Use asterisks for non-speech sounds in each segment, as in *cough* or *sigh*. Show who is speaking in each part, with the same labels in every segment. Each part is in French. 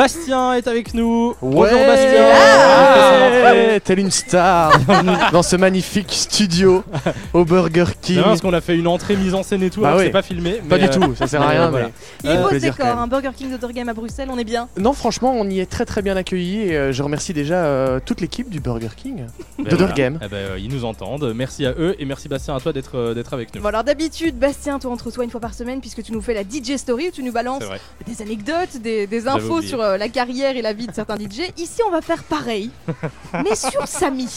Speaker 1: Bastien est avec nous.
Speaker 2: Ouais. Ah.
Speaker 1: Bonjour Bastien.
Speaker 2: Ouais, Telle
Speaker 1: *laughs*
Speaker 2: une star dans ce magnifique studio au Burger
Speaker 1: C'est
Speaker 2: King.
Speaker 1: marrant parce qu'on a fait une entrée mise en scène et tout,
Speaker 2: Bah
Speaker 1: alors que
Speaker 2: oui.
Speaker 1: c'est pas filmé.
Speaker 2: Pas
Speaker 1: mais,
Speaker 2: du
Speaker 1: euh,
Speaker 2: tout,
Speaker 1: *laughs*
Speaker 2: ça sert à
Speaker 1: mais
Speaker 2: rien.
Speaker 1: voilà.
Speaker 2: mais-
Speaker 3: Il est beau ce
Speaker 2: Ah, plaisir, quand
Speaker 3: décor,
Speaker 2: même.
Speaker 3: un Burger King d'Autorgame à Bruxelles, on est bien.
Speaker 2: Non, franchement, on y est très très bien accueillis et euh, je remercie déjà euh, toute l'équipe du Burger King.
Speaker 1: Ben
Speaker 2: Dodder
Speaker 1: voilà.
Speaker 2: Game.
Speaker 1: Eh ben, euh, ils nous entendent. Merci à eux et merci Bastien à toi d'être euh, d'être avec nous.
Speaker 3: Bon alors d'habitude, Bastien, toi entre toi une fois par semaine puisque tu nous fais la DJ story où tu nous balances
Speaker 1: C'est vrai.
Speaker 3: des anecdotes, des, des
Speaker 1: J'avais
Speaker 3: infos
Speaker 1: oublié.
Speaker 3: sur euh, la carrière et la vie de certains DJ. Ici, on va
Speaker 1: *laughs*
Speaker 3: faire pareil, mais sur Samy.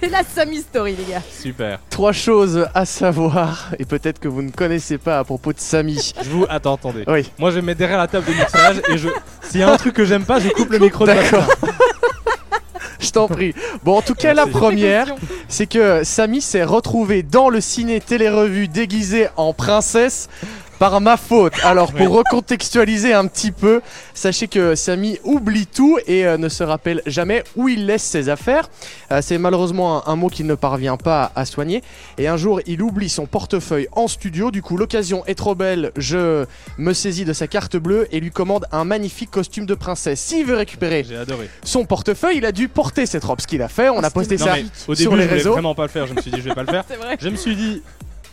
Speaker 3: C'est la Samy story, les gars.
Speaker 1: Super.
Speaker 2: Trois choses à savoir et peut-être que vous ne connaissez pas à propos de Samy.
Speaker 1: Je vous attends, attendez.
Speaker 2: Oui.
Speaker 1: Moi, je vais me mettre derrière la table de mixage et je. S'il y a un truc que j'aime pas, je coupe le micro de Bastien.
Speaker 2: D'accord. *laughs* Je t'en prie. Bon, en tout cas, la
Speaker 1: Merci.
Speaker 2: première, c'est que Samy s'est retrouvé dans le ciné télé-revue déguisé en princesse par ma faute. Alors, pour recontextualiser un petit peu, sachez que Samy oublie tout et euh, ne se rappelle jamais où il laisse ses affaires. Euh, c'est malheureusement un, un mot qu'il ne parvient pas à soigner. Et un jour, il oublie son portefeuille en studio. Du coup, l'occasion est trop belle. Je me saisis de sa carte bleue et lui commande un magnifique costume de princesse. S'il veut récupérer
Speaker 1: J'ai adoré.
Speaker 2: son portefeuille, il a dû porter cette robe, ce qu'il a fait, on a posté
Speaker 1: Non,
Speaker 2: ça.
Speaker 1: mais au début,
Speaker 2: sur les
Speaker 1: je voulais
Speaker 2: réseaux.
Speaker 1: vraiment pas le faire. Je me suis dit, je vais pas le faire.
Speaker 3: C'est vrai.
Speaker 1: Je me suis dit,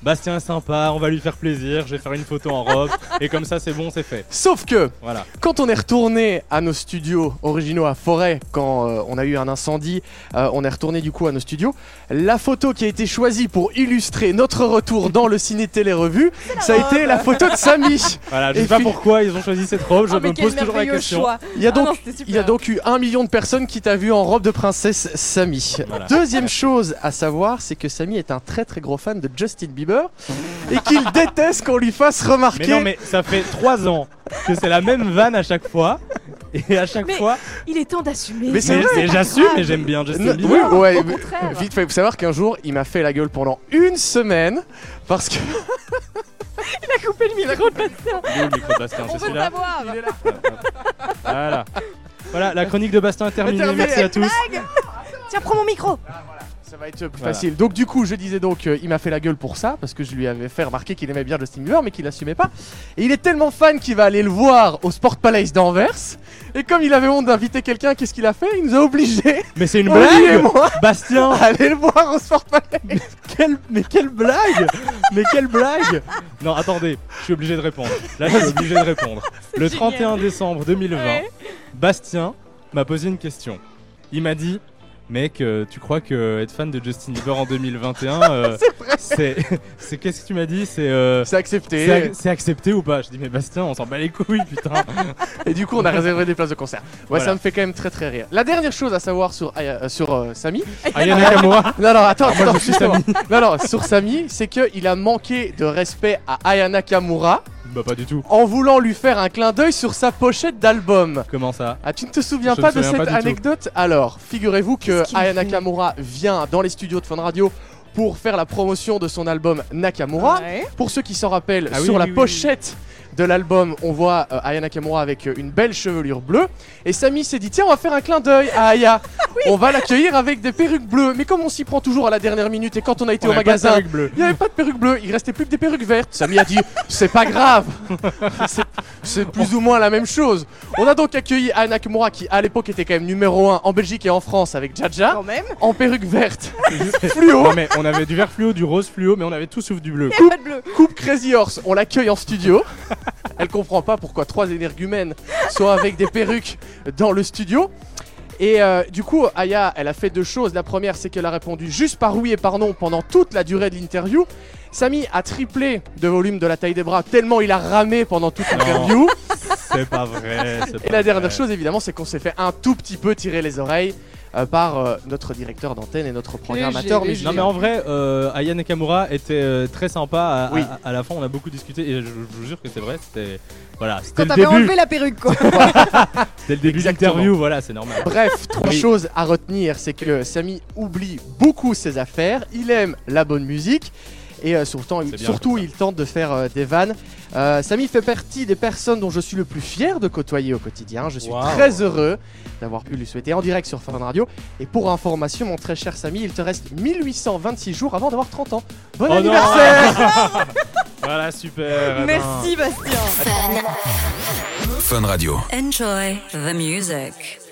Speaker 1: Bastien est sympa, on va lui faire plaisir. Je vais faire une photo en robe et comme ça, c'est bon, c'est fait.
Speaker 2: Sauf que
Speaker 1: Voilà.
Speaker 2: quand on est retourné à nos studios originaux à Forêt, quand euh, on a eu un incendie, euh, on est retourné du coup à nos studios, la photo qui a été choisie pour illustrer notre retour dans le ciné télé-revue, ça a été la photo de Samy.
Speaker 3: *laughs*
Speaker 1: Voilà. Je
Speaker 2: Et
Speaker 1: sais pas
Speaker 2: puis-
Speaker 1: pourquoi ils ont choisi cette robe. Je
Speaker 3: Ah, mais
Speaker 1: me
Speaker 3: quel
Speaker 1: pose toujours la
Speaker 3: merveilleux
Speaker 1: question.
Speaker 3: choix.
Speaker 2: Il y a
Speaker 3: Ah
Speaker 2: donc
Speaker 3: non, c'était
Speaker 2: Il y a
Speaker 3: super.
Speaker 2: donc eu un million de personnes qui t'a vu en robe de princesse Samy.
Speaker 1: Voilà.
Speaker 2: Deuxième chose à savoir, c'est que Samy est un très très gros fan de Justin Bieber et qu'il
Speaker 3: *laughs*
Speaker 2: déteste qu'on lui fasse
Speaker 1: Mais
Speaker 2: remarquer.
Speaker 1: non, mais ça fait 3 ans que c'est la même vanne à chaque fois. Et à chaque
Speaker 3: Mais-
Speaker 1: fois,
Speaker 3: Il est temps d'assumer.
Speaker 2: Mais c'est
Speaker 1: mais,
Speaker 2: vrai,
Speaker 1: mais
Speaker 3: pas
Speaker 1: j'assume
Speaker 3: grave.
Speaker 1: et j'aime bien Justin
Speaker 2: Non,
Speaker 1: Bieber.
Speaker 2: oui,
Speaker 3: Non,
Speaker 2: ouais,
Speaker 3: au
Speaker 2: mais-
Speaker 3: contraire.
Speaker 2: Vite fait, faut savoir qu'un jour, il m'a fait la gueule pendant une semaine parce que. *laughs*
Speaker 3: T'as coupé le micro
Speaker 2: Ah,
Speaker 3: de Bastien.
Speaker 1: Il est où le micro de Bastien
Speaker 3: On
Speaker 1: C'est
Speaker 3: veut
Speaker 1: celui-là
Speaker 3: savoir.
Speaker 1: Voilà. Voilà, la chronique de Bastien est terminée.
Speaker 2: Terminée.
Speaker 1: Merci à tous.
Speaker 3: Tiens, prends mon micro.
Speaker 2: Ça va être plus
Speaker 1: Voilà.
Speaker 2: facile. Donc, du coup, je disais donc, euh, il m'a fait la gueule pour ça parce que je lui avais fait remarquer qu'il aimait bien Justin Bieber mais qu'il l'assumait pas. Et il est tellement fan qu'il va aller le voir au Sport Palace d'Anvers. Et comme il avait honte d'inviter quelqu'un, qu'est-ce qu'il a fait Il nous a obligés,
Speaker 1: Mais c'est *laughs* une
Speaker 2: Olivier et
Speaker 1: blague
Speaker 2: moi,
Speaker 1: Bastien
Speaker 2: à aller le voir au Sport Palace.
Speaker 1: quelle... *laughs* Mais quelle blague Mais quelle blague Non, attendez, je suis obligé de répondre. Là, je suis obligé de
Speaker 2: *laughs*
Speaker 1: répondre. Le
Speaker 3: génial.
Speaker 1: 31 décembre 2020,
Speaker 3: Ouais.
Speaker 1: Bastien m'a posé une question. Il m'a dit Mec, euh, tu crois que être fan de Justin Bieber en 2021,
Speaker 2: *laughs*
Speaker 1: euh, c'est. C'est qu'est-ce que tu m'as dit C'est. euh,
Speaker 2: C'est accepté.
Speaker 1: c'est ac- c'est accepté ou pas Je dis, mais Bastien, on s'en bat les couilles, putain.
Speaker 2: *laughs* Et du coup, on a réservé des places de concert. Ouais,
Speaker 1: Voilà.
Speaker 2: ça me fait quand même très très rire. La dernière chose à savoir sur, Aya- euh, sur euh, Samy,
Speaker 1: Aya Nakamura.
Speaker 2: Non, non, attends, attends,
Speaker 1: Ah, je suis
Speaker 2: justement. *laughs* Non, non, sur Samy, c'est qu'il a manqué de respect à Ayana Kamura
Speaker 1: Bah, pas du tout.
Speaker 2: en voulant lui faire un clin d'œil sur sa pochette d'album.
Speaker 1: Comment ça
Speaker 2: Ah, tu ne te souviens
Speaker 1: Je
Speaker 2: pas
Speaker 1: me souviens
Speaker 2: de cette
Speaker 1: pas du tout.
Speaker 2: anecdote Alors, figurez-vous que
Speaker 3: Qu'est-ce qu'il
Speaker 2: Ayana
Speaker 3: fait
Speaker 2: Kamura vient dans les studios de Fun Radio pour faire la promotion de son album Nakamura.
Speaker 3: Ouais.
Speaker 2: Pour ceux qui s'en rappellent,
Speaker 1: Ah oui,
Speaker 2: sur
Speaker 1: oui,
Speaker 2: la
Speaker 1: oui, oui.
Speaker 2: pochette de l'album, on voit euh, Aya Nakamura avec euh, une belle chevelure bleue. Et Samy s'est dit tiens, on va faire un clin d'œil à
Speaker 1: *laughs*
Speaker 2: Aya. On va l'accueillir avec des perruques bleues. Mais comme on s'y prend toujours à la dernière minute et quand on a été
Speaker 1: On
Speaker 2: au
Speaker 1: avait pas de
Speaker 2: magasin,
Speaker 1: perruque bleue.
Speaker 2: il n'y avait pas de perruque bleue, il restait plus que des perruques vertes. Samy
Speaker 1: *laughs*
Speaker 2: a dit c'est pas grave. *laughs* C'est- C'est plus ou moins la même chose. On a donc accueilli Aya Nakamura qui à l'époque était quand même numéro 1 en Belgique et en France avec Jaja
Speaker 3: Quand même.
Speaker 2: en
Speaker 1: *laughs*
Speaker 2: perruque verte. Fluo.
Speaker 1: Non, mais on avait du vert fluo, du rose fluo, mais on avait tout sauf du bleu.
Speaker 3: Il y a pas de bleu.
Speaker 2: Coupe Crazy Horse, on l'accueille en studio. Elle comprend pas pourquoi trois énergumènes sont avec des perruques dans le studio. Et euh, du coup, Aya, elle a fait deux choses. La première, c'est qu'elle a répondu juste par oui et par non pendant toute la durée de l'interview. Samy a triplé de volume de la taille des bras, tellement il a ramé pendant toute
Speaker 1: Non.
Speaker 2: l'interview.
Speaker 1: C'est pas vrai. c'est
Speaker 2: Et
Speaker 1: pas
Speaker 2: la dernière
Speaker 1: vrai.
Speaker 2: chose, évidemment, c'est qu'on s'est fait un tout petit peu tirer les oreilles euh, par euh, notre directeur d'antenne et notre programmateur.
Speaker 3: léger.
Speaker 2: musical.
Speaker 1: Non mais en vrai, euh, Aya Nakamura était euh, très sympa. À,
Speaker 2: Oui.
Speaker 1: à- à la fin, on a beaucoup discuté et je, je vous jure que c'est vrai. C'était voilà, c'était
Speaker 3: Quand
Speaker 1: le
Speaker 3: t'avais
Speaker 1: début,
Speaker 3: enlevé la perruque, quoi.
Speaker 2: Ah.
Speaker 1: c'était le début de
Speaker 2: Exactement.
Speaker 1: l'interview. Voilà, c'est normal. *laughs*
Speaker 2: Bref, trois
Speaker 1: Oui.
Speaker 2: choses à retenir, c'est que Samy oublie beaucoup ses affaires, il aime la bonne musique. Et euh, surtout,
Speaker 1: C'est bien
Speaker 2: surtout
Speaker 1: comme ça.
Speaker 2: il tente de faire euh, des vannes. Euh, Samy fait partie des personnes dont je suis le plus fier de côtoyer au quotidien. Je suis
Speaker 1: Wow.
Speaker 2: très heureux d'avoir pu lui souhaiter en direct sur Fun Radio. Et pour information, mon très cher Samy, il te reste 1826 jours avant d'avoir 30 ans. Bon
Speaker 1: Oh non *laughs*
Speaker 2: anniversaire
Speaker 1: Voilà, super.
Speaker 3: Merci, Bastien.
Speaker 4: Fun Radio.
Speaker 5: Enjoy the music.